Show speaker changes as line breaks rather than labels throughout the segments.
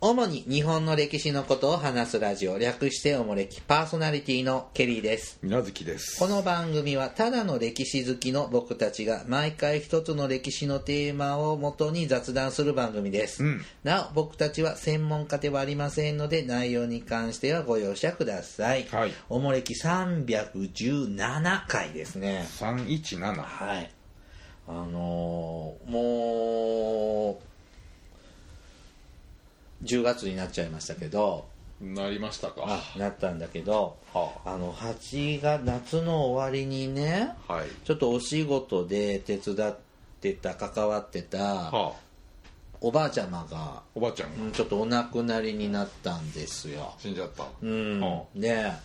主に日本の歴史のことを話すラジオ、略しておもれき、パーソナリティのケリーです。
水無月です
この番組はただの歴史好きの僕たちが毎回一つの歴史のテーマをもとに雑談する番組です、
うん
なお僕たちは専門家ではありませんので内容に関してはご容赦ください、
はい
おもれき317回ですね
317
はいあのーもう10月になっちゃいましたけど
なりましたか
あなったんだけど
は
あの8月夏の終わりにね
あはい
ちょっとお仕事で手伝ってた関わってた
はあ
おばあちゃまが
おばあちゃん
う
が
んちょっとお亡くなりになったんですよ
死んじゃった
うん
は
であ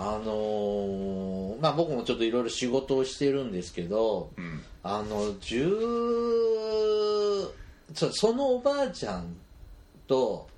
のーまあ僕もちょっといろいろ仕事をしてるんですけど
あうん
あの10そそのおばあちゃんと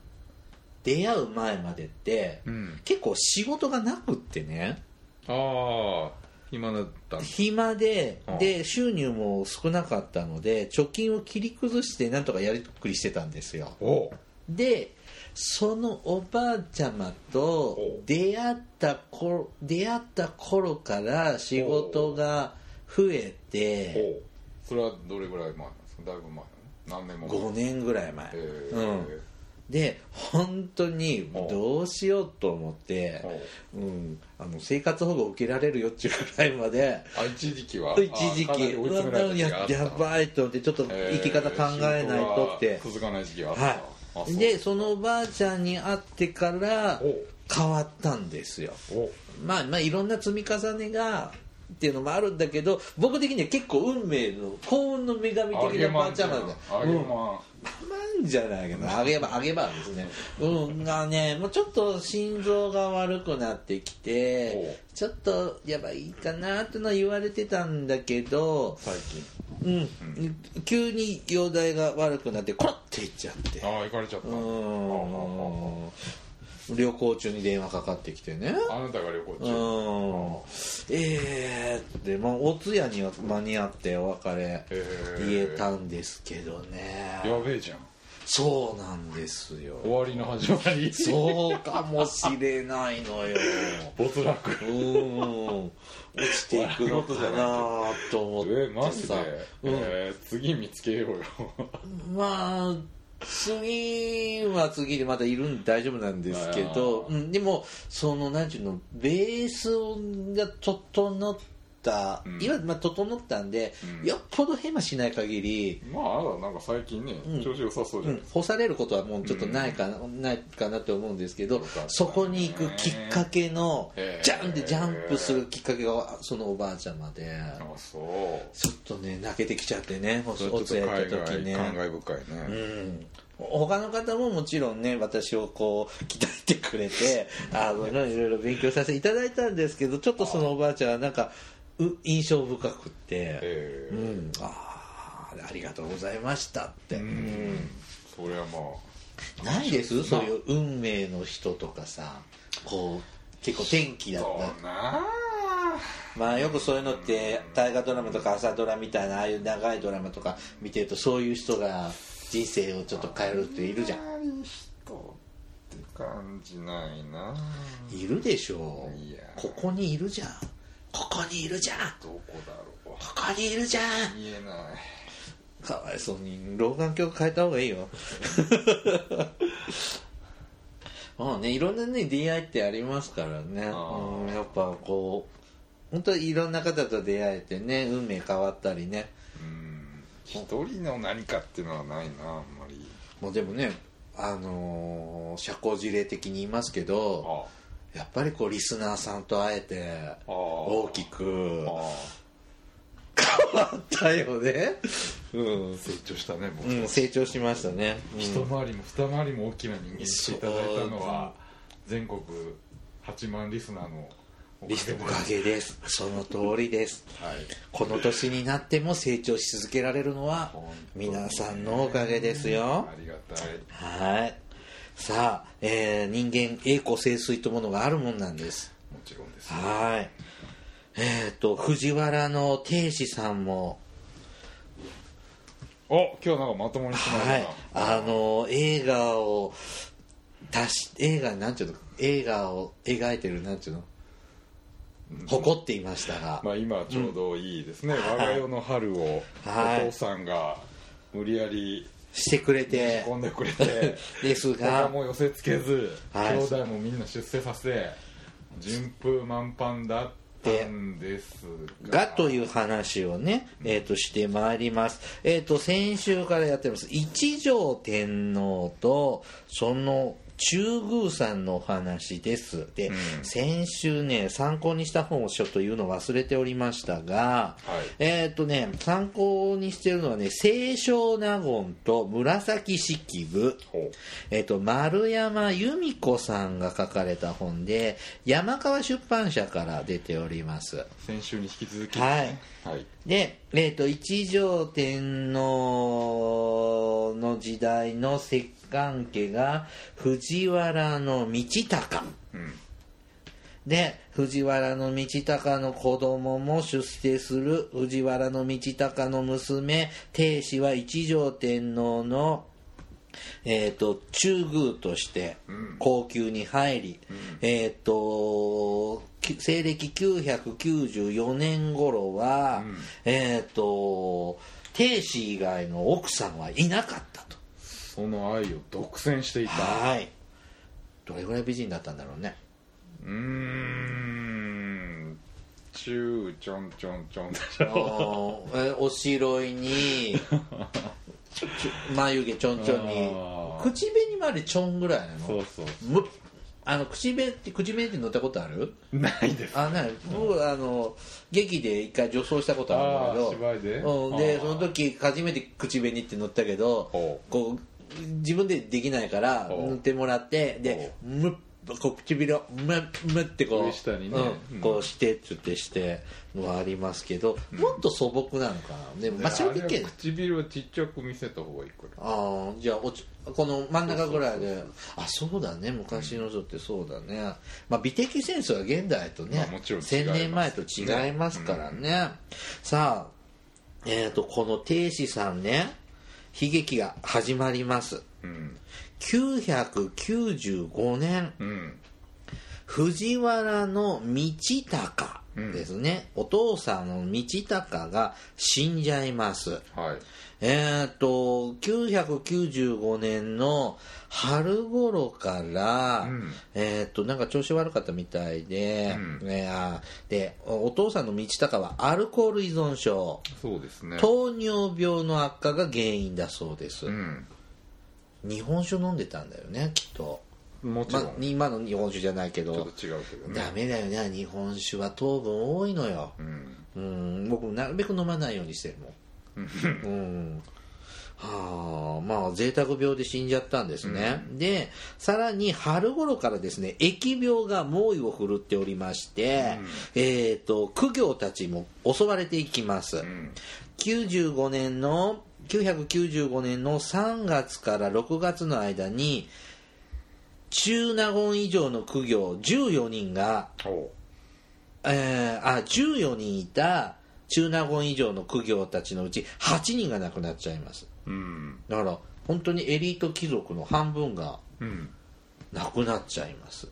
出会う前までって、
うん
結構仕事がなくってね
ああ今だったんだ
暇で
うん
で収入も少なかったので貯金を切り崩してなんとかやりくりしてたんですよ
おう
でそのおばあちゃまと
お
出会った頃出会った頃から仕事が増え
お
て
うそれはどれぐらい前なんですかだいぶ前なの何年も前
5年ぐらい前、
えー
うんで本当に
お
どうしようと思って
お、う
うん、あの生活保護受けられるよっていうぐらいまで
あ一時期は
一時
あかな
期
り追いう
わ
詰められた時
やや
があった
ばいと思ってちょっと生き方考えないとって
えー、仕事が続かない時期があった、あ
は
そう
い、でそのおばあちゃんに会ってから
お
変わったんですよ
お
まあまあいろんな積み重ねがっていうのもあるんだけど僕的には結構運命の幸運の女神
あ
的
げ
なおば
ま
あ
んじ
ち
ゃ
ゃ
ん
まなんだ
あげまん
なんじゃないけどあげばあげばですねうんがねもうちょっと心臓が悪くなってきてちょっとやばいかなってのは言われてたんだけど
最近
うん、急に容体が悪くなってコロッていっちゃって
ああ行かれちゃった
うーん旅行中に電話かかってきてね
あなたが旅行
うーん
中
ええってまあお通夜には間に合ってお別れ
えー
言えたんですけどね
やべえじゃん
そうなんですよ
終わりの始まり
そうかもしれないのよ
没 落
うーん落ちていくのかなと思
えマ
って
ジ
さ
で、えー次見つけよう よ
まあ次は次でまたいるんで大丈夫なんですけど、
あ
うん、でもその何ていうのベースが整った、
うん
いわゆるまあ整ったんで、
うん
よっぽどヘマしない限り、
まああなたなんか最近ね、
うん
調子良さそうじ
う
ゃない
ん
です、か、
干されることはもうちょっとないかな、ないかなと思うんですけど
よかった
そこに行くきっかけの
へー
ジャンってジャンプするきっかけがそのおばあちゃまで。
あそう
ちょっとね泣けてきちゃってねお
それちょっと
通夜行った時ね
感慨深いね、
うん他の方ももちろんね私をこう鍛えてくれ てあのいろいろ勉強させていただいたんですけどちょっとそのおばあちゃんはなんかう印象深くって、
え
う
ー
ん、あーありがとうございましたって、
うんそれはまあ
ないですそういうう運命の人とかさこう結構天気だっ
そ
た
うなあ
まあよくそういうのって大河ドラマとか朝ドラみたいなああいう長いドラマとか見てるとそういう人が人生をちょっと変えるっているじゃん
ない人って感じないない
るでしょう
いや
ここにいるじゃんここにいるじゃん
どこだろ
ここにいるじゃ
うん言えない
かわいそうに老眼鏡変えた方がいい よまあねいろんなね出会いってありますからね
あー
うんやっぱこう本当にいろんな方と出会えてね運命変わったりね
うん一人の何かっていうのはないなあんまり
もうでもねあのー社交辞令的に言いますけど
あ
やっぱりこうリスナーさんと会えて
あ
大きく変
あ
わ
あ
ったよねうん
成長したね僕、
うん、成長しましたね、
一回りも二回りも大きな人間にしていただいたのは
そ
全国8万リスナーのお
リ
かげ
ス
で
のおかげですその通りです
はい
この年になっても成長し続けられるのは
本当に
皆さんのおかげですよ
ありがたい
はいさあ、えー人間栄枯盛衰というものがあるもんなんです
もちろんです
はいえっ、と藤原の亭主さんも
お今日なんかまともにしまい
はい、あの映画を足し映画なんちゅうの映画を描いてるなんちゅうの誇っていましたが、
まあ今ちょうどいいですね、我が世の春を
はい
お父さんが無理やり
してくれて
込んでく れて
です
他
が
も寄せつけず、
はい
兄弟もみんな出世させて順風満帆だったんです
が
が
という話をね、えー、としてまいります、えー、と先週からやってます一条天皇とその中宮さんのお話ですで、
うん
先週ね参考にした本を書というのを忘れておりましたが、
はい
えっ、とね参考にしてるのはね清少納言と紫式部
ほう
えっと、丸山由美子さんが書かれた本で、山川出版社から出ております。
先週に引き続き、
はい
はい
で、えっと一条天皇の時代の摂関家が藤原の道隆
うん
で藤原の道隆の子供も出世する藤原の道隆の娘定子は一条天皇の、えっと中宮として
うん
高級に入り、えっとき西暦994年頃は、
うん
えっと定子以外の奥さんはいなかったと
その愛を独占していた
はいどれぐらい美人だったんだろうね
うーんチューちょんちょんちょんでし
あ
ょ
のえおしろいにちょ眉毛ちょんちょんに
あー
口紅までちょんぐらいな
そ
の
うそう
むあの口紅って口紅って乗ったことある
ないです
あない僕あの劇で一回女装したことあるんだけど
あー芝居で
うん、で
あー
その時初めて口紅って乗ったけど
ほ
こう自分でできないから
ほう
塗ってもらってでむっこう唇をむっむってこう
上下にね
うんこうしてっつってしてのはありますけど、もっと素朴なのかなでもまあ正
あれ
直
は唇をちっちゃく見せた方がいいから
ああじゃあおちこの真ん中ぐらいであそうだね昔の人ってそうだね、まあ、美的センスは現代とね、
まあもちろん違います
1000年前と違いますからね、さあ、えー、とこの亭主さんね悲劇が始まります
うん
995年
うん
藤原の道隆ですね、お父さんの道隆が死んじゃいます
はい
えっと995年の春頃から、
うん
えっとなんか調子悪かったみたいで,、
う
ねあでおお父さんの道隆はアルコール依存症
そうですね
糖尿病の悪化が原因だそうです、
うん
日本酒飲んでたんだよねきっと、
もちろん、
ま、今の日本酒じゃないけ
ちょ
ど
っと違うけどね
ダメだよね日本酒は糖分多いのよ
うん
うん僕なるべく飲まないようにしてるもん
うん
うんはあまあ贅沢病で死んじゃったんですね、でさらに春頃からですね疫病が猛威を振るっておりまして、えっ、と苦行たちも襲われていきます、
うん
95年の995年の3月から6月の間に中納言以上の苦行14人が
おう
えー、あ14人いた中納言以上の苦行たちのうち8人が亡くなっちゃいます
うん
だから本当にエリート貴族の半分が
うん
亡くなっちゃいます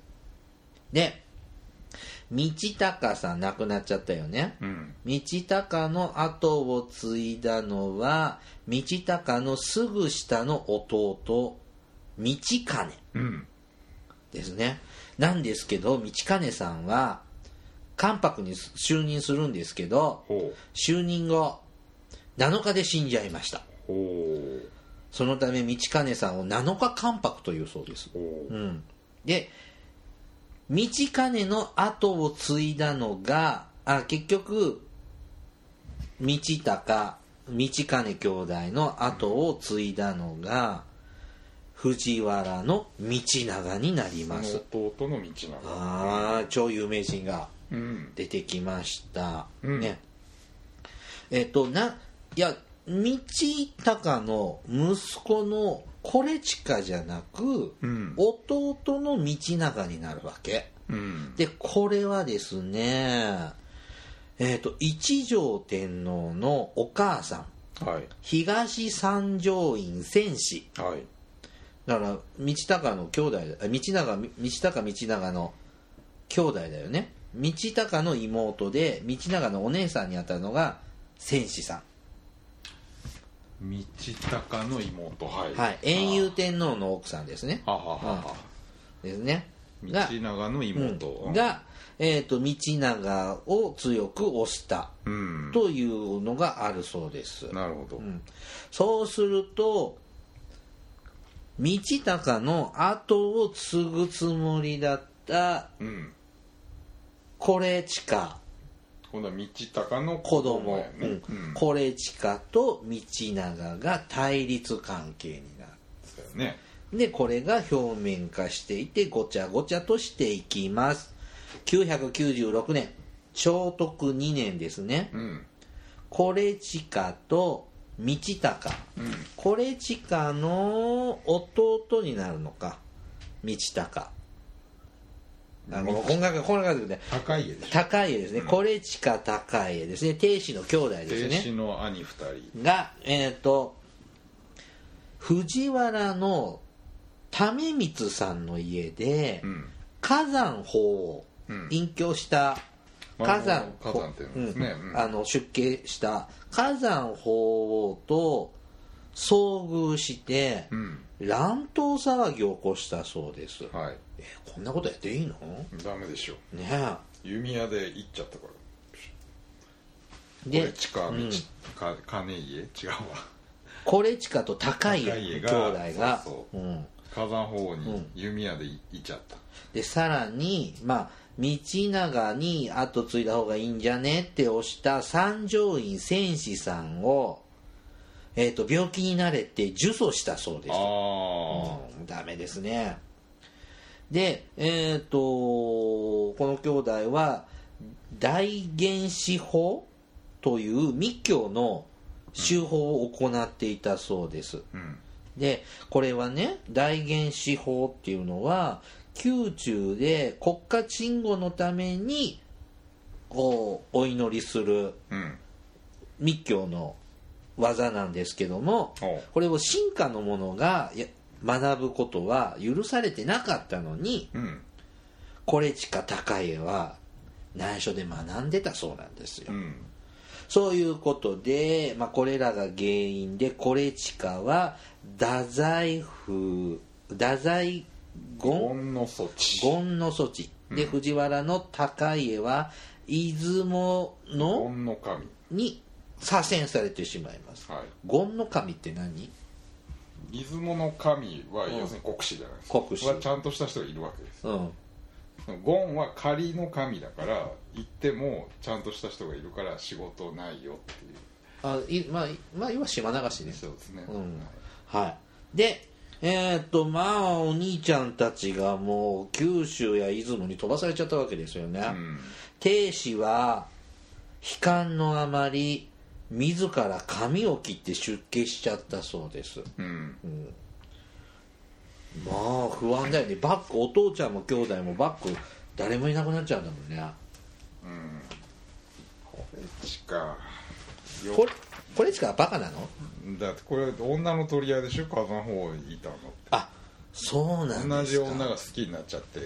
で道隆さん亡くなっちゃったよね
うん
道隆の後を継いだのは道隆のすぐ下の弟道兼
うん
ですねなんですけど道兼さんは関白に就任するんですけど
ほ
就任後7日で死んじゃいました
うほ
そのため道兼さんを7日関白というそうです
うほ
う
うん
で道兼の後を継いだのがあ結局道隆道兼兄弟の後を継いだのが藤原の道長になります
その弟の道なの
ああ超有名人が
うん
出てきました、
うん
ねえっ、とないや道隆の息子のコレチカじゃなく、
うん
弟の道長になるわけ
うん
でこれはですねえっ、と一条天皇のお母さん
はい
東三条院戦士
はい
だから道高の兄弟だあ道長道高道長の兄弟だよね道高の妹で道長のお姉さんにあたるのが戦士さ
道隆の妹はい
んはい遠遊天皇の奥さんですね
はははは
ですね
道
が
長の妹
うんが、えー、と道長を強く推した
うん
というのがあるそうです、
なるほど
うんそうすると道隆の後を継ぐつもりだった
うん
コレチカ
今度は道隆の
子供、
やね
う
うんん
コレチカと道長が対立関係になる
そうやね
でこれが表面化していてごちゃごちゃとしていきます996年長徳2年ですね
うん
コレチカと道隆
うん
コレチカの弟になるのか道隆あもうこんがらこんがらがってくるね
高家でしょ
高家ですね、コレチカ高家ですね亭主の兄弟です
弟
ね
子の兄二人
が、えっ、と、藤原の為光さんの家で、
うん
火山法を
うん
隠居した、
あ
火山
火山っていうんですね
うん
うん
あの出家した火山法王と遭遇して、
うん
乱闘騒ぎを起こしたそうです。
はい
え、こんなことやっていいの
ダメでしょ
ねえ。
弓矢で行っちゃったからこれ
で、
近道、
うん
か金家違うわ
コレチカと高家の
高
兄
家
弟
が
が、
そう
うん
火山法に弓矢で行っちゃった、
でさらにまあ道長に後継いだ方がいいんじゃねって押した三条院戦士さんを、えー、と病気になれって呪詛したそうです、
ああ
うん、ダメですねでえっ、とこの兄弟は大原始法という密教の修法を行っていたそうです、
うん
でこれはね大原始法っていうのは宮中で国家鎮護のためにこうお祈りする
うん
密教の技なんですけども
おう
これを進化の者がや学ぶことは許されてなかったのに
うん
これ近高家は難所で学んでたそうなんですよ
うん
そういうことで、まあ、これらが原因で、コレチカは、太宰府、太宰
ゴ
権
ンの措置
権の措置。で、藤原の高家は、出雲の
ンの神
に左遷されてしまいます。
は
権の神って何
い出雲の神は
うん
要するに国師じゃないですか
国主。
はちゃんとした人がいるわけです
うん。
ゴンは仮の神だから行ってもちゃんとした人がいるから仕事ないよっていう
あいまあ、いまあ、要は島流しです。
そうですね、
うん
はい
はい。で、えーっと、まあ、お兄ちゃんたちがもう、九州や出雲に飛ばされちゃったわけですよね。
うん
亭主は悲観のあまり自ら髪を切って出家しちゃったそうです
うん
まあ不安だよねバックお父ちゃんも兄弟もバック誰もいなくなっちゃうんだもんね
うんこれしかよ
これこれしかバカなの
だってこれ女の取り合いでしょ風の方いたの
あそうなんですか
同じ女が好きになっちゃって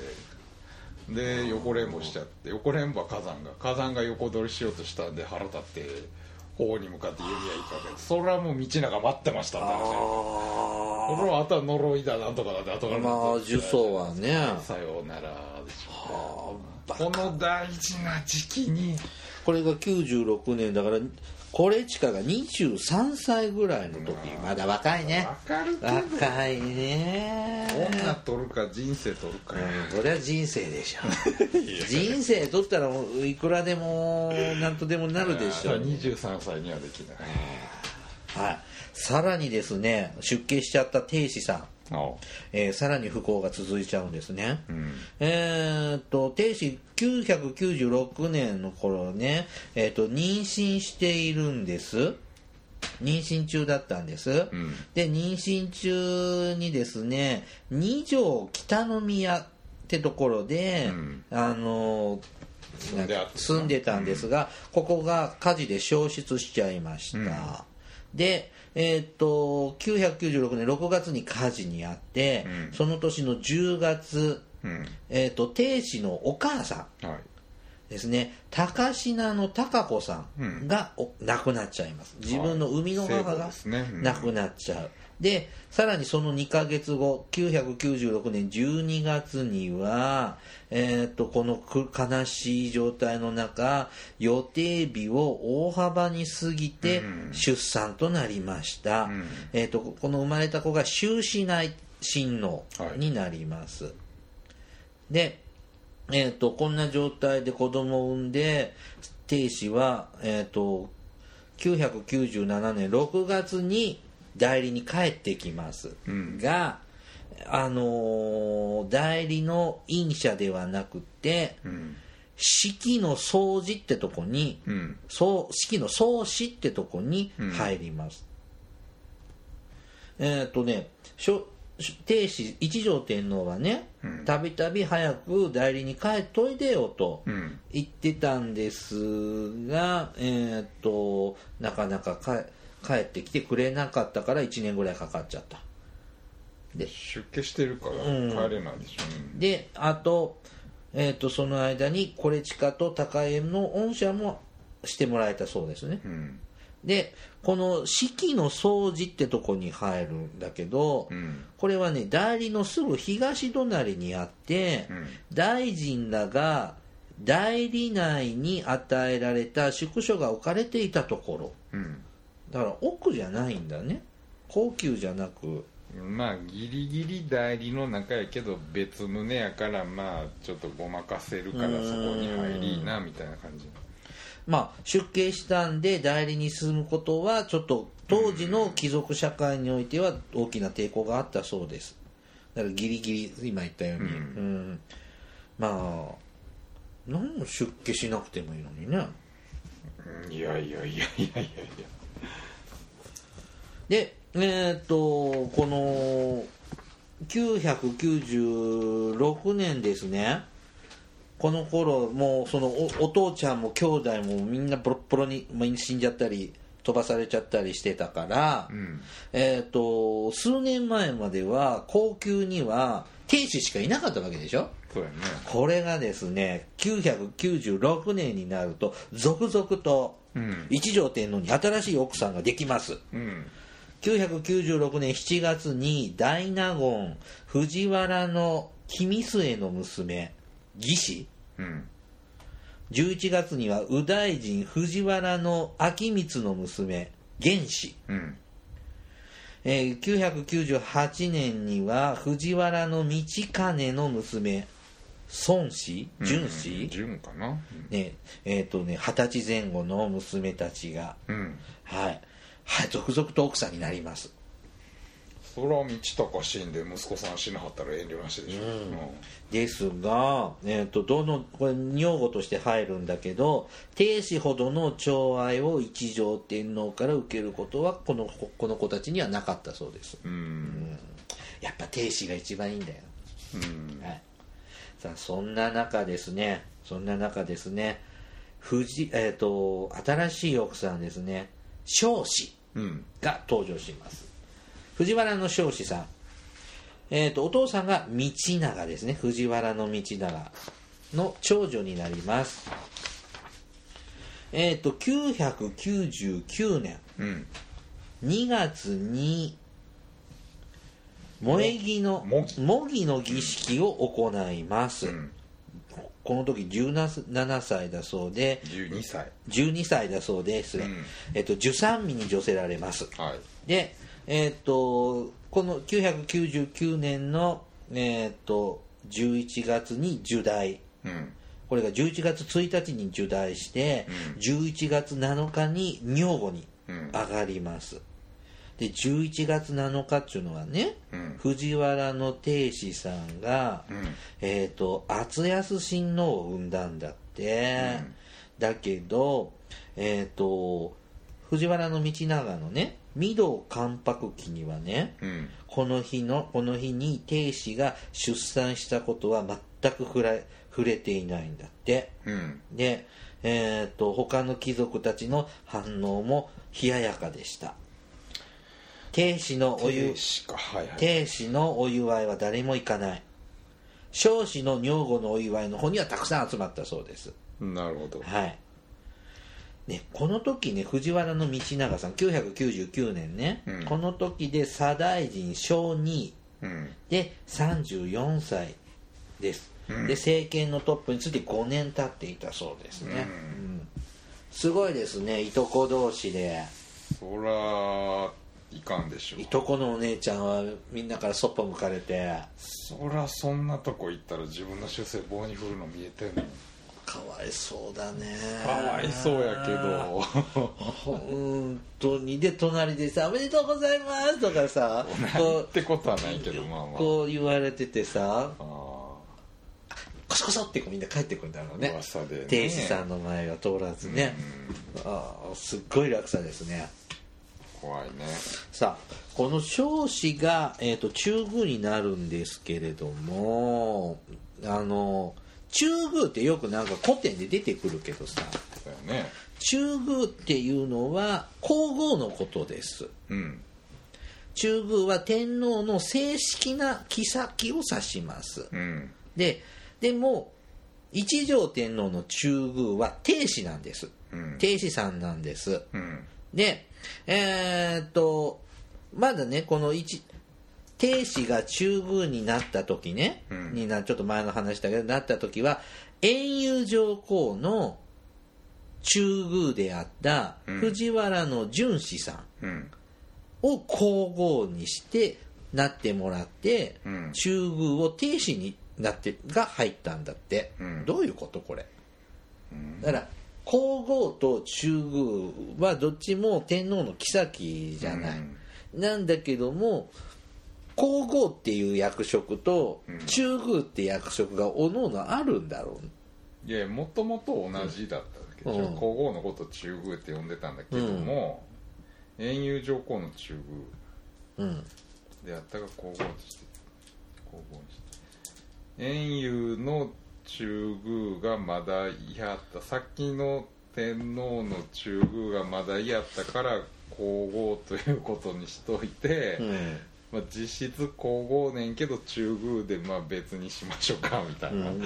で横連もしちゃって横連は火山が火山が横取りしようとしたんで腹立って方に向かって指輪いかけてそれはもう道長待ってましたって話だよ
あ
これはあとは呪いだなんとかだって後か
あ
ら
まあ呪詛はね
さようならでしょ
あバ
この大事な時期に
これが96年だからこれちかが23歳ぐらいの時まだ若いね
わかるけど
若いね
女取るか人生取るかよ
うんそれは人生でしょ 人生取ったらもういくらでも何とでもなるでしょう、
23歳にはできない
はい、さらにですね出家しちゃった亭主さん、
あ
えーさらに不幸が続いちゃうんですね、
うん
えーっと亭主996年の頃ね、えーっと妊娠しているんです妊娠中だったんです、
ん
で妊娠中にですね二条北宮ってところで、
ん
あの
住んであった
住んでたんですが、ここが火事で消失しちゃいました、で、えーっと996年6月に火事にあって、
うん
その年の10月、
うん
えーっと亭主のお母さん
はい
ですね高階の高子さんがお亡くなっちゃいます自分の生みの母
はい
が
聖子ですねうん
亡くなっちゃうでさらにその2ヶ月後996年12月には、えー、とこのく悲しい状態の中予定日を大幅に過ぎて出産となりました、
ん
えー、とこの生まれた子が終始内親王になります、で、えー、とこんな状態で子供を産んで亭主は、えー、と997年6月に代理に帰ってきます、が、あのー代理の院舎ではなくて
うん
式の掃除ってとこに、
うん
そう式の創始ってとこに入ります、えーっ、とねしょし亭主一条天皇はねたびたび早く代理に帰っといでよと
うん
言ってたんですが、えーっ、となかなかか帰ってきてくれなかったから1年ぐらいかかっちゃった
出家してるから
ん
帰れないでしょ、
であと,、えーっとその間にコレチカと高円の恩赦もしてもらえたそうですね
うんうん
でこの「式の掃除」ってとこに入るんだけど、
うん
これはね代理のすぐ東隣にあって、
うん
大臣らが代理内に与えられた宿所が置かれていたところ
うん
だから奥じゃないんだね高級じゃなく
まあギリギリ代理の中やけど別胸やからまあちょっとごまかせるからそこに入りなみたいな感じ
まあ出家したんで代理に進むことはちょっと当時の貴族社会においては大きな抵抗があったそうですだからギリギリ今言ったように、うんまあ何も出家しなくてもいいのにね
うんいやいやいやいやいやいや
でえーっとこの996年ですねこの頃もうそのおお父ちゃんも兄弟もみんなボロッボロにもう死んじゃったり飛ばされちゃったりしてたから、
うん
えーっと数年前までは高級には亭主しかいなかったわけでしょ
そうやね
これがですね996年になると続々と
うん
一条天皇に新しい奥さんができます、
うん
996年7月に大納言藤原の君末の娘義氏
うん
11月には右大臣藤原の明光の娘源氏、
うん
えー998年には藤原の道兼の娘孫氏純氏、
純かな
ねえーとね二十歳前後の娘たちが、
うん
はいはい、続々と奥さんになります
そら道高死んで息子さん死なはったら遠慮なしでしょ、
ですが、えー、とどのこれ女房として入るんだけど亭主ほどの寵愛を一条天皇から受けることはこのここの子たちにはなかったそうです
うんうん
やっぱ亭主が一番いいんだよ、
うん
はい、さあそんな中ですねそんな中ですね藤、えー、と新しい奥さんですね彰子
うん
が登場します藤原の彰子さん、えー、とお父さんが道長ですね藤原の道長の長女になりますえっ、と999年
うん
2月に萌え木の
もぎ
模擬の儀式を行います、
うん
この時17歳だそうで
12歳
12歳だそうです、
うん
えっと受産身に女せられます
はい
で、えーっとこの999年の、えーっと11月に受代
うん
これが11月1日に受代して、11月7日に女房に
うん
上がります、で11月7日っていうのはね、
うん
藤原の亭主さんが、
ん
えーっと厚安親王を産んだんだって、だけどえーっと藤原の道長のね御堂関白記にはね
うん
この日のこの日に亭主が出産したことは全く触れ触れていないんだって
うん
でえーっと他の貴族たちの反応も冷ややかでした亭主のお湯
亭主かはいはい
亭主のお祝いは誰も行かない少子の女房のお祝いの方にはたくさん集まったそうです
なるほど
はいね、この時ね藤原道長さん999年ね、
うん
この時で左大臣小2
うん
で34歳です、
うん
で政権のトップについて5年経っていたそうですね、
うん
うんすごいですねいとこ同士で
そらいかんでしょ
いとこのお姉ちゃんはみんなからそっぽ向かれて
そらそんなとこ行ったら自分の出世棒に振るの見えてんの
かわいそうだね
かわいそうやけ ど
本当にで隣でさ「おめでとうございます」とかさ
なんてことはないけどまあまあ
こう言われててさ
あ
コソコソってこうみんな帰ってくんだろう
あ
ね
噂でね
亭主さんの前は通らずね、ああすっごい落差ですね
怖いね
さあこの彰子が、えー、と中宮になるんですけれどもあの中宮ってよくなんか古典で出てくるけどさ
だよね
中宮っていうのは皇后のことです
うん
中宮は天皇の正式な妃を指します
うん
ででも一条天皇の中宮は定子なんです
うん
定子さんなんです
うん
でえーっとまだねこの一定子が中宮になった時ね、
うん
になちょっと前の話だけどなった時は遠遊上皇の中宮であった
うん
藤原の純子さん、
うん
を皇后にしてなってもらって、
うん
中宮を亭主になってが入ったんだって、
うん
どういうことこれ、だから皇后と中宮はどっちも天皇の妃じゃない、なんだけども皇后っていう役職と
うん
中宮って役職がおのおのあるんだろう
いやもともと同じだったんだけど、
うん
皇后のこと中宮って呼んでたんだけども、遠遊上皇の中
うん
宮であったが皇后として皇后にして遠遊の中宮がまだ嫌やった先の天皇の中宮がまだ嫌やったから皇后ということにしといて、
うん
まあ、実質皇后ねんけど中宮でまあ別にしましょうかみたいな、
ね、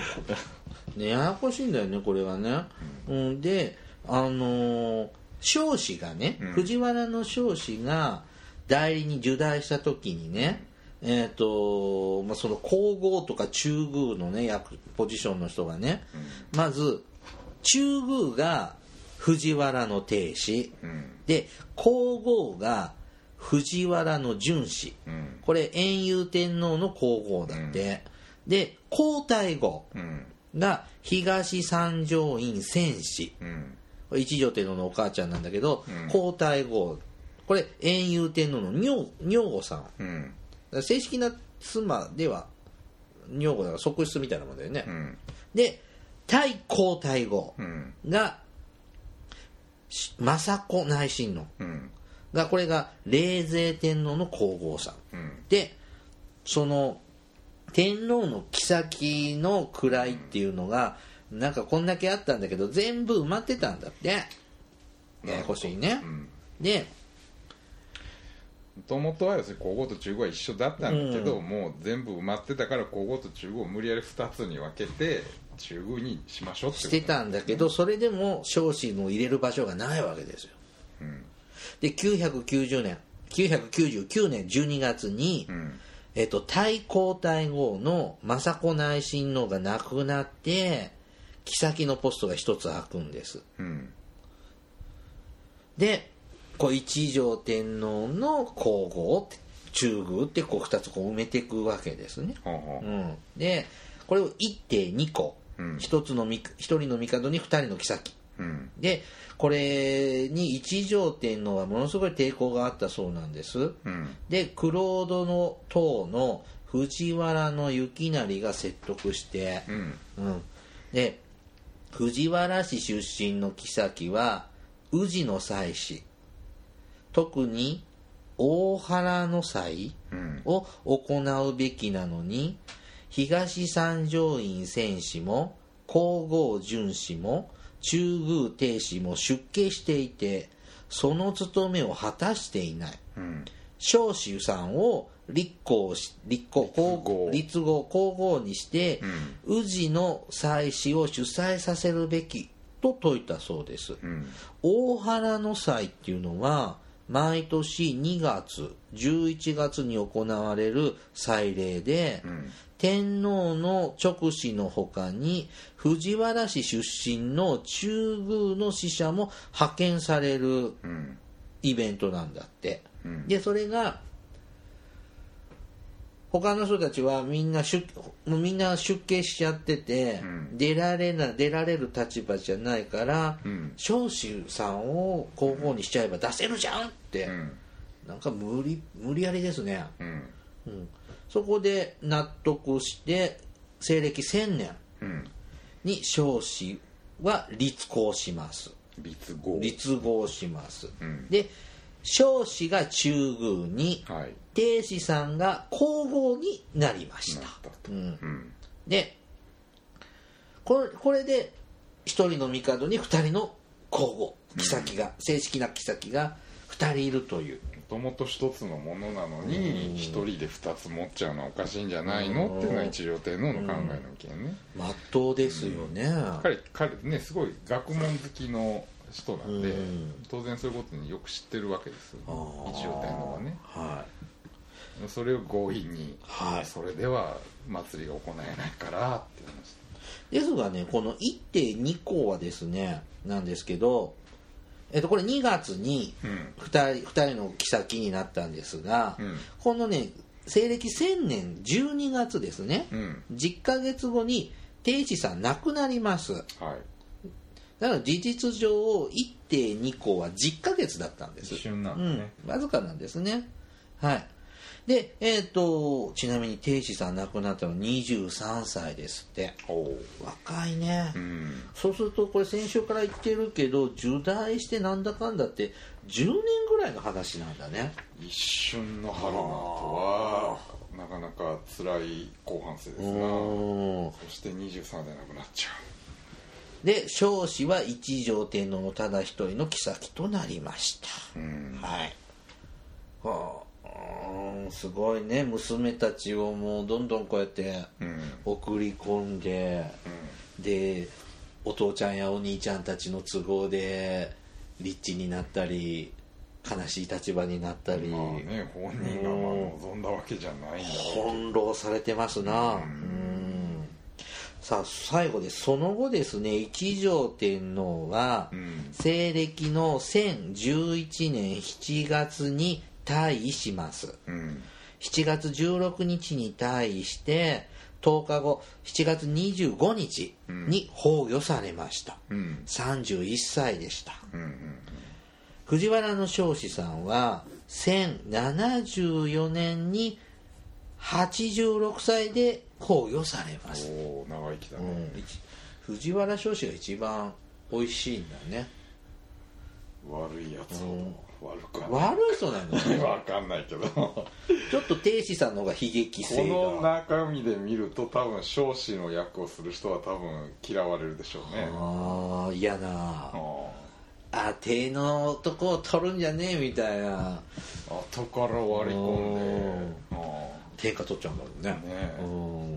ややこしいんだよねこれはね、うん、であのー彰子がね、
うん
藤原の彰子が代理に受代した時にね、えーとまあ、その皇后とか中宮のね役ポジションの人がね、まず中宮が藤原の亭子
うん
で皇后が藤原の純子
うん
これ遠遊天皇の皇后だって、で皇太后
うん
が東三条院戦士
うん
一条天皇のお母ちゃんなんだけど、
うん
皇太后これ遠遊天皇の女女房さんだか
うん
ら正式な妻では女房だから側室みたいなもんだよね、
うん
で対皇太后
うん
がし政子内親王
うん
がこれが冷泉天皇の皇后さん
うん
でその天皇の妃の位っていうのがなんかこんだけあったんだけど全部埋まってたんだってややこしいね
うん
で
もともとは要するに皇后と中宮は一緒だったんだけど、もう全部埋まってたから皇后と中宮を無理やり2つに分けて中宮にしましょうって
してたんだけどそれでも彰子の入れる場所がないわけですよ
うん
で990年999年12月に、
うん
えっと、太皇太后の政子内親王が亡くなって妃のポストが一つ空くんです
うん
でこう一条天皇の皇后って中宮ってこう2つこう埋めていくわけですね、
ほうほ
うん、でこれを1手2個、
うん
一つのみ一人の帝に2人の妃
ううん
でこれに一条天皇はものすごい抵抗があったそうなんです
うん
で九郎殿等の藤原の行成が説得して、
うん
うん、で藤原氏出身の妃は宇治の妻子特に大原の祭
うん
を行うべきなのに東三条院戦士も皇后巡士も中宮亭子も出家していてその務めを果たしていない
うん
少子予算を立候し立候皇立合皇后にして、氏の祭祀を主催させるべきと説いたそうです、
うん
大原の祭っていうのは毎年2月11月に行われる祭礼で、
ん
天皇の直子のほかに藤原氏出身の中宮の使者も派遣される
うん
イベントなんだって、
うん
でそれが他の人たちはみんな出もうみんな出家しちゃってて、
うん
出られな出られる立場じゃないから
うん
彰子、さんを皇后にしちゃえば出せるじゃんって、
うん
なんか無理無理やりですね、
うん
うん、そこで納得して西暦1000年
うん
に彰子は立皇します
立合
立合します、
うん
で彰子が中宮に
はい
定子さんが皇后になりまし
な
た
ったと
うん
うん
でこれこれで一人の帝に二人の皇后妃が、正式な妃が二人いるという
もともと一つのものなのに一人で二つ持っちゃうのはおかしいんじゃないのっていうのが一条天皇の考えの意見ね
まっとうですよね、
彼彼ねすごい学問好きの人なんで
うん
当然そういうことによく知ってるわけですよ
あー
一条天皇はね
は
それを強引に、
はい
それでは祭りが行えないからって言いまし
い、ですがねこの1.2項はですねなんですけど、えっと、これ2月に
た
2人 ,2 人の妃になったんですが、
うん
このね西暦1000年12月ですね、
うんうん
10ヶ月後に定子さん亡くなります
はい
だから事実上1.2項は10ヶ月だったんです
一瞬な
うん
だ
ん
ね、
わずかなんですねはいでえっ、とちなみに定子さん亡くなったのは23歳ですって
おう
若いね、
うん
そうするとこれ先週から言ってるけど受胎してなんだかんだって10年ぐらいの話なんだね
一瞬の春の後はなかなか辛い後半生ですな
うん
そして23で亡くなっちゃ
で彰子は一条天皇のただ一人の妃となりました
ううん
はいはあうーんすごいね娘たちをもうどんどんこうやって
うん
送り込んででお父ちゃんやお兄ちゃんたちの都合でリッチになったり悲しい立場になったり、
まあね本人がまあ望んだわけじゃないんだろう
翻弄されてますなうんさあ最後ですその後ですね一条天皇は、
うん
西暦の1011年7月に退位します
うん
7月16日に退位して10日後7月25日に崩御されました、
うん
31歳でした
うんうん
藤原の彰子さんは1074年に86歳で崩御されます、
おお長生きだ
う
ね
ん一藤原彰子が一番美味しいんだね
悪いやつを悪くはない
悪い人なんだ ね
わかんないけどこ
ちょっと亭主さんの方が悲劇性
の
が
中身で見ると多分彰子の役をする人は多分嫌われるでしょうね
ああ嫌な
あ
あ手の男を取るんじゃねえみたいな
あ後から割り込んで
天下取っちゃうんだ
ああ
ろうね
ね
う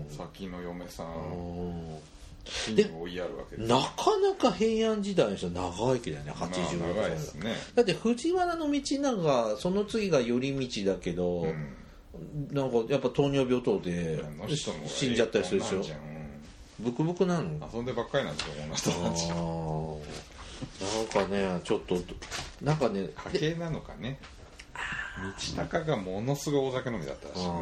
ん
え先の嫁さん
うん
金を追いやるわけです
なかなか平安時代の人は長生きだよね
まあ
86歳だ
長いですね
だって藤原の道長その次が頼道だけど、
うん
なんかやっぱ糖尿病等で
あの人も
死んじゃったりするでし
こん
ょ
なんじゃん
ブクブクなの
遊んでばっかりなんですよこの人
あ
たち
ーなんかねちょっとなんかね
家系なのかね道高がものすごいお酒飲みだったらしいね
あ
う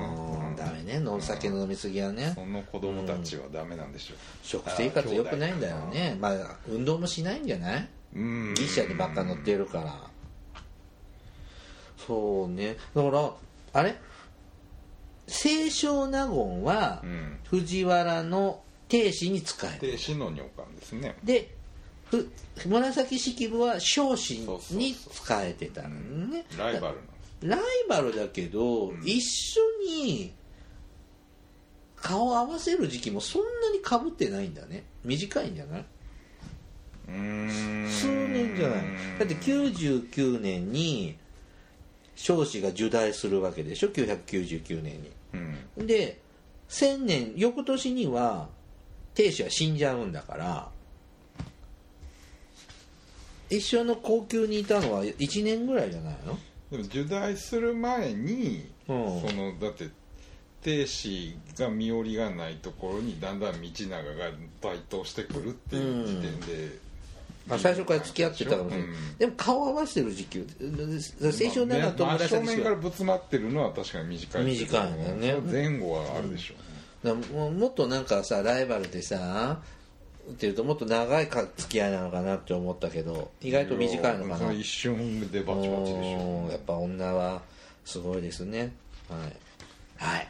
ー
ん
ダメねのお酒の飲みすぎはね
その子供たちはダメなんでしょ
食生活良くないんだよねまあ運動もしないんじゃないう
うん
ギリシャにばっか乗ってるからそうねだからあれ清少納言は
うん
藤原の亭子に仕える
で死の女官ですね
でふ紫式部は彰子
そうそうそう
に仕えてたのね
ライバルなんで
ライバルだけど、一緒に顔を合わせる時期もそんなにかぶってないんだね短いんじゃない
すうーん
数年じゃないだって99年に彰子が受胎するわけでしょ999年
うん
にで1000年翌年には亭主は死んじゃうんだから一緒の高級にいたのは1年ぐらいじゃないの
でも受胎する前に、
うん
そのだって亭主が身寄りがないところにだんだん道長が台頭してくるっていう時点で、
まあ、最初から付き合ってたかもしれない、
うん
でも顔合わせてる時期青春
ま
7
あ
と
真正
紫
面
式
から
部
ぶつまってるのは確かに短いけど
短いんだよね
その前後はあるでしょ
だからもうもっとなんかさライバルでさっていうともっと長いか付き合いなのかなって思ったけど意
意
外と短いのかな
一瞬でバチバチでし
う
ょ
んやっぱ女はすごいですねはい、はい、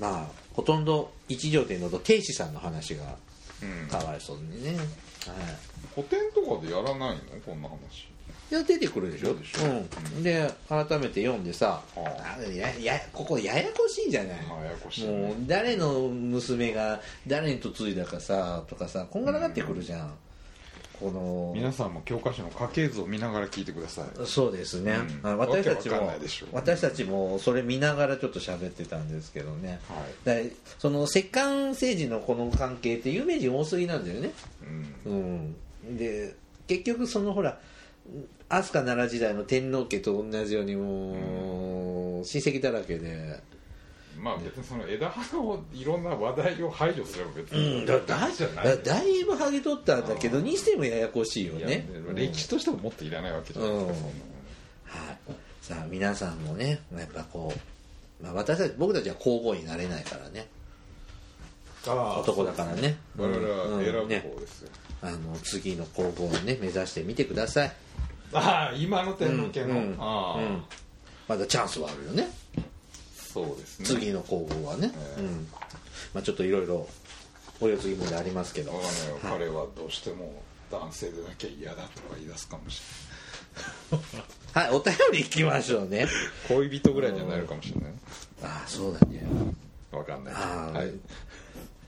まあほとんど一条天皇と亭主さんの話が
うん
かわいそうにね、はい、
古典とかでやらないのこんな話
いや出てくるでしょ
そうでしょ
うん、で改めて読んでさ、
あ
あややここややこしいんじゃない
ややこしいね
もう誰の娘が誰に嫁いだかさとかさこんがらがってくるじゃん、こ
皆さんも教科書の家系図を見ながら聞いてください
のそうですね、
うん
あ私たち
わけわかん
も
ないでしょ
私たちもそれ見ながらちょっと喋ってたんですけどね、
はい
だからその摂関政治のこの関係って有名人多すぎなんだよね
うん
うん、で結局そのほら飛鳥奈良時代の天皇家と同じようにもう、親戚だらけで、
まあ別にその枝葉をいろんな話題を排除すれば別に
だ
大事じゃない
だだいぶ剥ぎ取ったんだけどにしてもややこしいよ
いや
ね
歴史としてももっといらないわけじゃないですか
うん
そんなの
はい、さあ皆さんもねやっぱこう、まあ、私たち僕たちは皇后になれないからね男だからね
我々
う
は
ん
選
うんね
ぶ方ですよ
あの次の皇后をね目指してみてください
ああ今の天皇家
う
の
ん
ああ
うんまだチャンスはあるよね
そうですね
次の工房はね、
ええ
うんまあ、ちょっといろいろお世継ぎもでありますけど
我が家は彼はどうしても男性でなきゃ嫌だとか言い出すかもし
はいお便りいきましょうね
れない恋人ぐらいにはなるかもしれない
ああそうだね
わかんない
あー
はい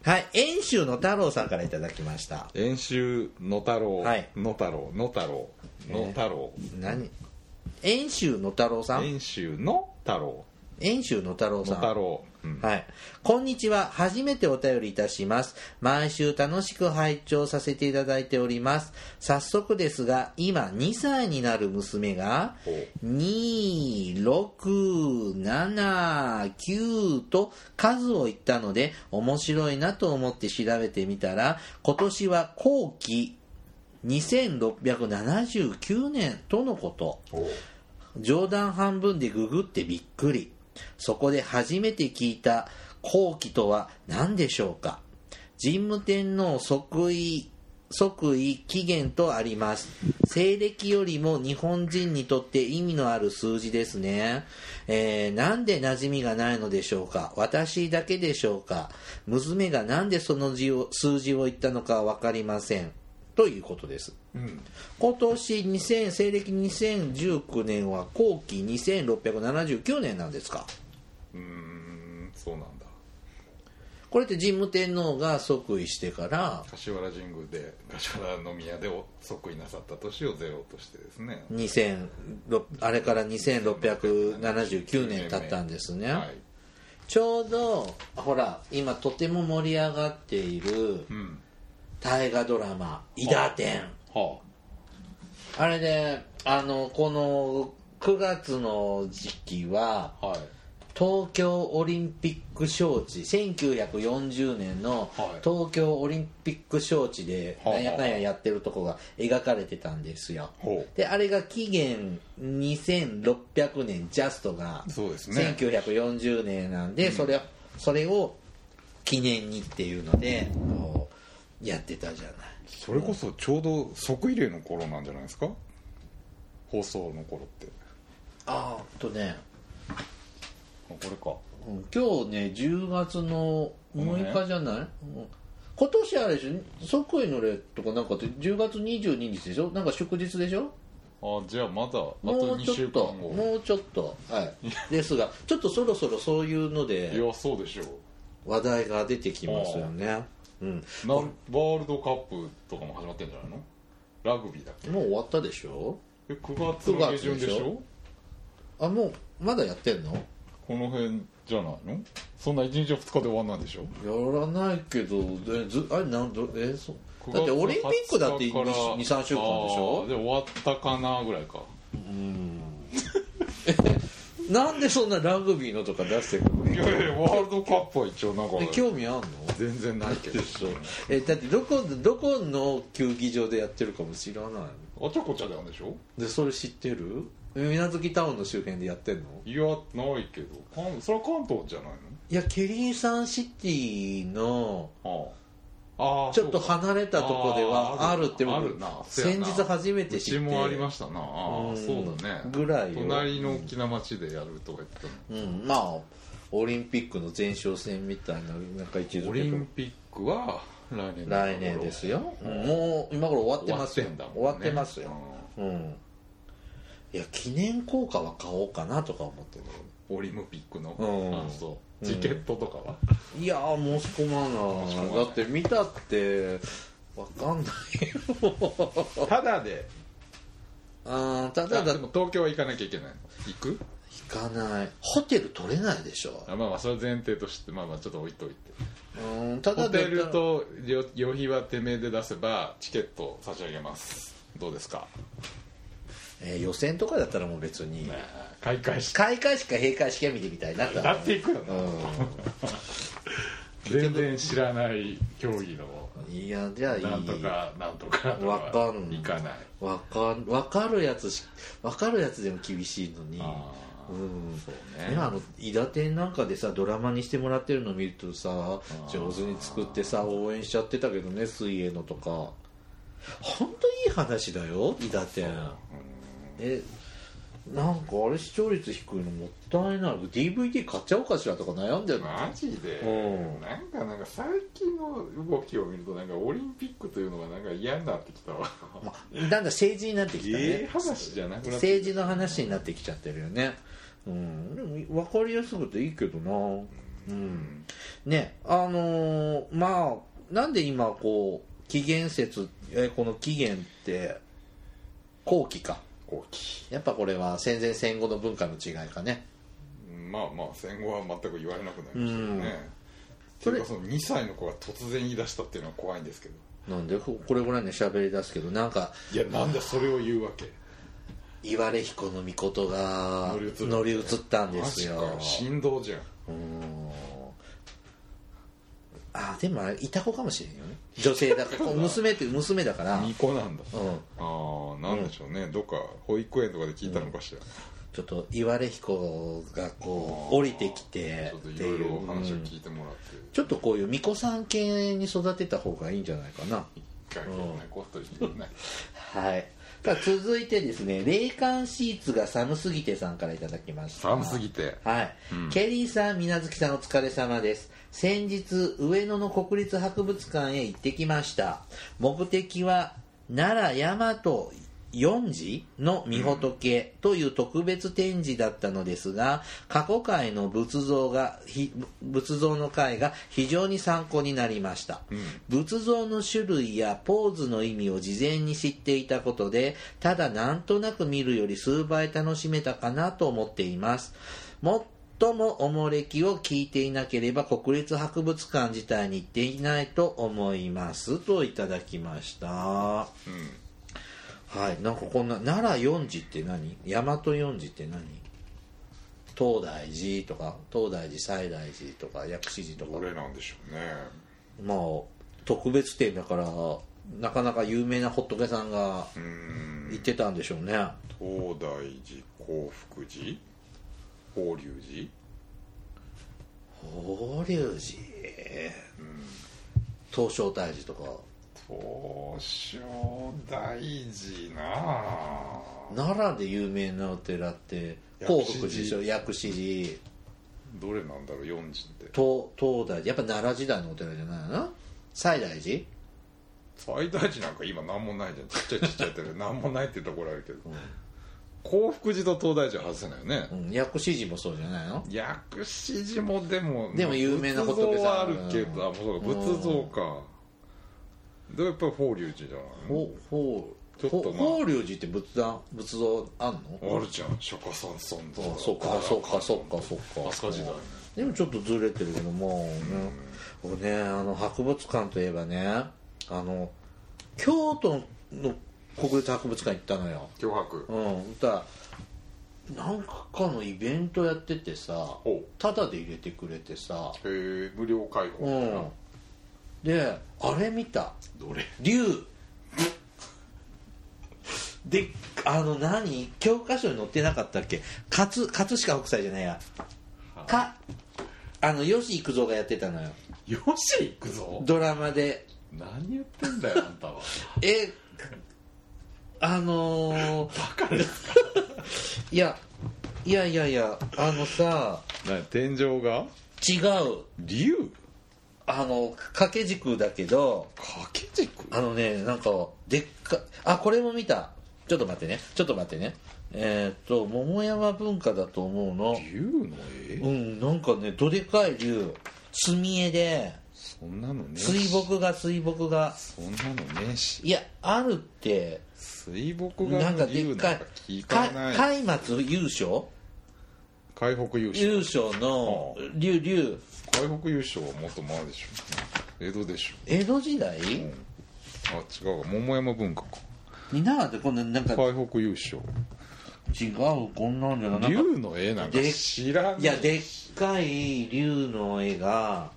はい遠州の太郎さんからいただきました
遠州野太郎
はい
野太郎野太郎野太郎
何遠州の太郎さん
遠州の太郎
遠州の太郎
野
さん
太郎うん
はい。こんにちは。初めてお便りいたします。毎週楽しく拝聴させていただいております。早速ですが、今2歳になる娘が
ほ、
2、6、7、9と数を言ったので、面白いなと思って調べてみたら、今年は後期2679年とのこと。
お
冗談半分でググってびっくりそこで初めて聞いた後期とは何でしょうか神武天皇即位即位期限とあります西暦よりも日本人にとって意味のある数字ですね、えーなんで馴染みがないのでしょうか私だけでしょうか娘がなんでその字を数字を言ったのかは分かりませんということです
うん
今年2000西暦2019年は後期2679年なんですか
うーんそうなんだ
これって神武天皇が即位してから
柏原神宮で柏原宮でお即位なさった年をゼロとしてですね
2006あれから2679年経ったんですね、
はい
ちょうどほら今とても盛り上がっている
うん
大河ドラマ「伊賀天
は」
あれであのこの9月の時期は
あはい
東京オリンピック招致1940年の
はい
東京オリンピック招致で
はあ
なんやかんややってるとこが描かれてたんですよ
ほう
であれが期限2600年ジャストが
そうですね
1940年なんでそれそれを記念にっていうのでこうやってたじゃない
それこそちょうど即位礼の頃なんじゃないですか放送の頃って
あーっとね
あこれか
うん今日ね10月の6日じゃない、うん今年あれでしょ即位の礼とかなんかって10月22日でしょなんか祝日でしょ
あじゃあまだあと
もう
2
ちょ
週
っ
間
と
後
もうちょっと はいですがちょっとそろそろそういうの
い
で
やそうでしょ
話題が出てきますよねうん
うなワールドカップとかも始まってんじゃないのラグビーだっけ
もう終わったでしょ
え9月の下旬で
9月
しょ
でしょあもうまだやってんの
この辺じゃないのそんな1日2日で終わんないでしょ
やらないけどえずあれなんどえそう
9
だってオリンピックだって
月20から
23週間でし
あー
ょ
で終わったかなぐらいか
なんでそんなラグビーのとか出してくるの
いやいやワールドカップは一応なんか
え興味あんの
全然ないけど
えだってどこどこの球技場でやってるかも知らない
あちゃこちゃであるんでしょ
でそれ知ってる水月タウンの周辺でやってんの
いやないけどかんそれは関東じゃない
いやケリーサンシティの
のああああ
ちょっと離れたとこでは
あー
あるって
あ
僕
るなせや
先
な
日初めて
う
知って
ちもありましたなあ
う
あ
ん
そうだね
ぐらいよ
隣の大きな町でやるとか言ってたの
うん、まあオリンピックの前哨戦みたいななんか一
オ
度
リンピックは来年の
来年ですよ、もう今頃終わって
終わ
ま
っ
す
て
よ
んだもん、ね、
終わってますよ、うん、いや記念硬貨は買おうかなとか思ってる
うんオリンピックの、
うん
あそうチケットとかは、
いやー申し込ま
申し
な
込
い
まない
だって見たってわかんないよ
ただで
あーただ
あ
だ
でも東京は行かなきゃいけないの行く
行かないホテル取れないでしょ
あまあまあそれは前提としてまあまあちょっと置いといて
うんただ
ホ
で
テルと旅旅費はてめえで出せばチケット差し上げますどうですか
えー予選とかだったらもう別に
開会式
開会式か閉会式は見てみたいなと
だっていくよな、
う
全然知らない競技の
んいやじゃあいい
なんとかなんとかと
わかん
行かない
わかんわかるやつしわかるやつでも厳しいのに
あー
うん
そうね
今あの伊達店なんかでさドラマにしてもらってるの見るとさ
ー
上手に作ってさ応援しちゃってたけどね水泳のとか本当いい話だよ伊達店えなんかあれ視聴率低いのもったいない DVD 買っちゃおうかしらとか悩んでるの
マジで
うん
なんかなんか最近の動きを見るとなんかオリンピックというのがなんか嫌になってきたわ
まあだんだん政治になってきたね、
え え話じゃなくなって
政治の話になってきちゃってるよねうんでも分かりやすくていいけどなうんねあのーまあなんで今こう紀元節えこの紀元って後期か
大きい
やっぱこれは戦前戦後の文化の違いかね
まあまあ戦後は全く言われなくなりましたよ
うん
ね
そ
そ
れ
れかその2歳の子が突然言い出したっていうのは怖いんですけど
なんでここれぐらいには喋り出すけどなんか
いやなんでそれを言うわけ
言われ彦の御事が
乗り移る
乗り移ったんですよ
マジか振動じゃん
うーんあでもあれいた子かもしれんよね女性だ から娘って娘だから、うん
巫、女なんだ
ち
ああなんでしょうね、どっか保育園とかで聞いたのかしら、
ょっと岩根彦がこう降りてきて
ちょっと
っ
い
てい
ろいうろ話を
うん
聞いてもらって、
ちょっとこういう巫女さん系に育てた方がいいんじゃないかな
一回こんなこと言うね
はいさあ続いてですね冷感シーツが寒すぎてさんからいただきました
寒すぎて
はい、ケリーさん、水無月さんお疲れ様です先日上野の国立博物館へ行ってきました目的は奈良大和四寺の御仏という特別展示だったのですが過去回の仏像がひ仏像の回が非常に参考になりました、仏像の種類やポーズの意味を事前に知っていたことでただなんとなく見るより数倍楽しめたかなと思っています最もおもれきを聞いていなければ国立博物館自体に行っていないと思いますといただきました、はいなんかこんな奈良四寺って何大和四寺って何東大寺とか東大寺西大寺とか薬師寺とか
どれなんでしょうね
まあ特別展だからなかなか有名な仏さんが
うん
行ってたんでしょうね、
東大寺興福寺法隆寺
法隆寺、東照大寺とか
東照大寺なあ
奈良で有名なお寺って興福
薬師寺
寺でしょ薬師寺
どれなんだろう四寺って
東東大寺やっぱ奈良時代のお寺じゃないの西大寺
最大寺なんか今何もないじゃんちっちゃいちっちゃいって何もないってところあるけど興福寺と東大寺は外せないよね、
うん、薬師寺もそうじゃないの
薬師寺もでも
でも有名な仏さん
仏像はあるけどあもうそうか仏像か、でもやっぱり法隆寺じゃない
ほ法
ちょっ
ほ
とま
法隆寺って仏壇仏像あんの
ああるじゃん釈迦さんさんと
あそっかそっかそっかそっか
飛鳥時代ね
でもちょっとずれてるけどもうね,、俺ねあの博物館といえばねあの京都の国立博物館行ったのよ
脅迫
うんそしたらなんかのイベントやっててさ
お
タダで入れてくれてさ
へえ無料開放
う
みたいなん
であれ見た
どれ
竜であの何教科書に載ってなかったっけ葛葛飾北斎じゃないやかあの吉幾三がやってたのよ
よし行くぞ
ドラマで
何言ってんだよあんたは
えあのー、
バカです
いやいやいやいやあのさ
な天井が
違う
竜
あの掛け軸だけど
掛け軸
あのねなんかでっかあこれも見たちょっと待ってねちょっと待ってねえーっと桃山文化だと思うの
竜の絵
うんなんかねどでかい竜墨絵で
そんなのねえし
水墨画水墨画
そんなのねえし
いやあるって
水墨画
なん
の
かで
竜
っ
な
か
ん
い
か聞かない
海松優勝
海北優勝
優勝の
う
竜竜
海北優勝はもっと前でしょ江戸でしょ
江戸時代
あ違うわ桃山文化か
になってこんななんか
海北優勝
違うこんなんじゃなかっ
竜の絵なんか
で
知ら
た
ない
いやでっかい竜の絵が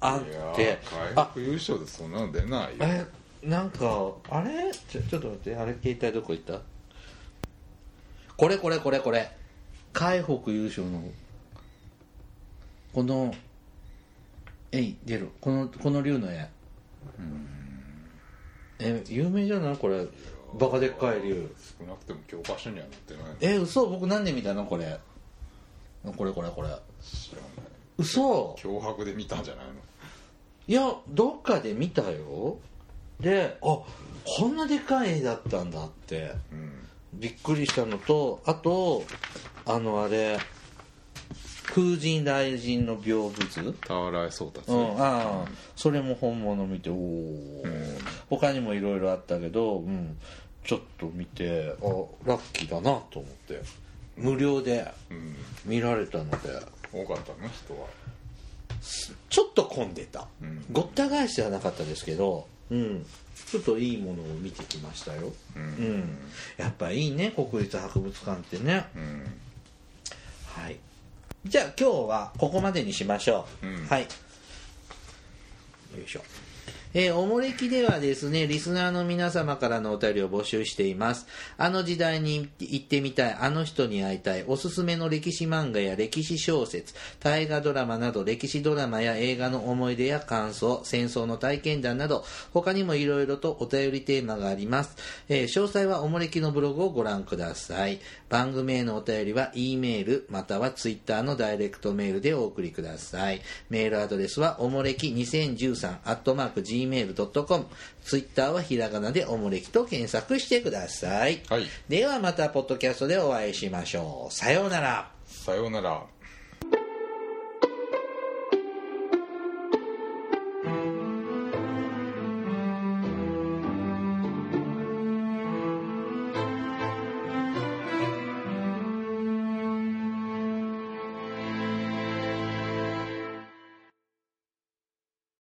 あ
いや
って
海
あ
北優勝でそんなの出ないよ
えなんかあれちょちょっと待ってあれ携帯どこ行ったこれこれこれこれ海北優勝のこのえい出るこのこの竜の絵え有名じゃないこれバカでっかい竜
少なくても教科書には載ってない
え嘘僕何で見たのこれこれこれこれ
知らない
嘘
脅迫で見たんじゃないの
いやどっかで見たよであこんなでかい絵だったんだって
うん
びっくりしたのとあとあのあれ風神雷神の屏風図
俵井宗達
うん、ああそれも本物見ておお、他にもいろいろあったけど、うん、ちょっと見てあラッキーだなと思って無料で
うん
見られたので
多かったの人は
ちょっと混んでた、
うん
ごった返しではなかったですけど、うん、ちょっといいものを見てきましたよ、
う
うんん、やっぱいいね国立博物館ってね、
うん
はい、じゃあ今日はここまでにしましょう、
うん
はいよいしょえーおもれきではですね、リスナーの皆様からのお便りを募集しています。あの時代に行ってみたい、あの人に会いたい、おすすめの歴史漫画や歴史小説、大河ドラマなど、歴史ドラマや映画の思い出や感想、戦争の体験談など、他にもいろいろとお便りテーマがあります。えー詳細はおもれきのブログをご覧ください。番組へのお便りは、E メール、または Twitter のダイレクトメールでお送りください。メールアドレスは、おもれき2013、アットマーク、gmail.com。Twitter はひらがなでおもれきと検索してください。
はい
ではまた、ポッドキャストでお会いしましょう。さようなら。
さようなら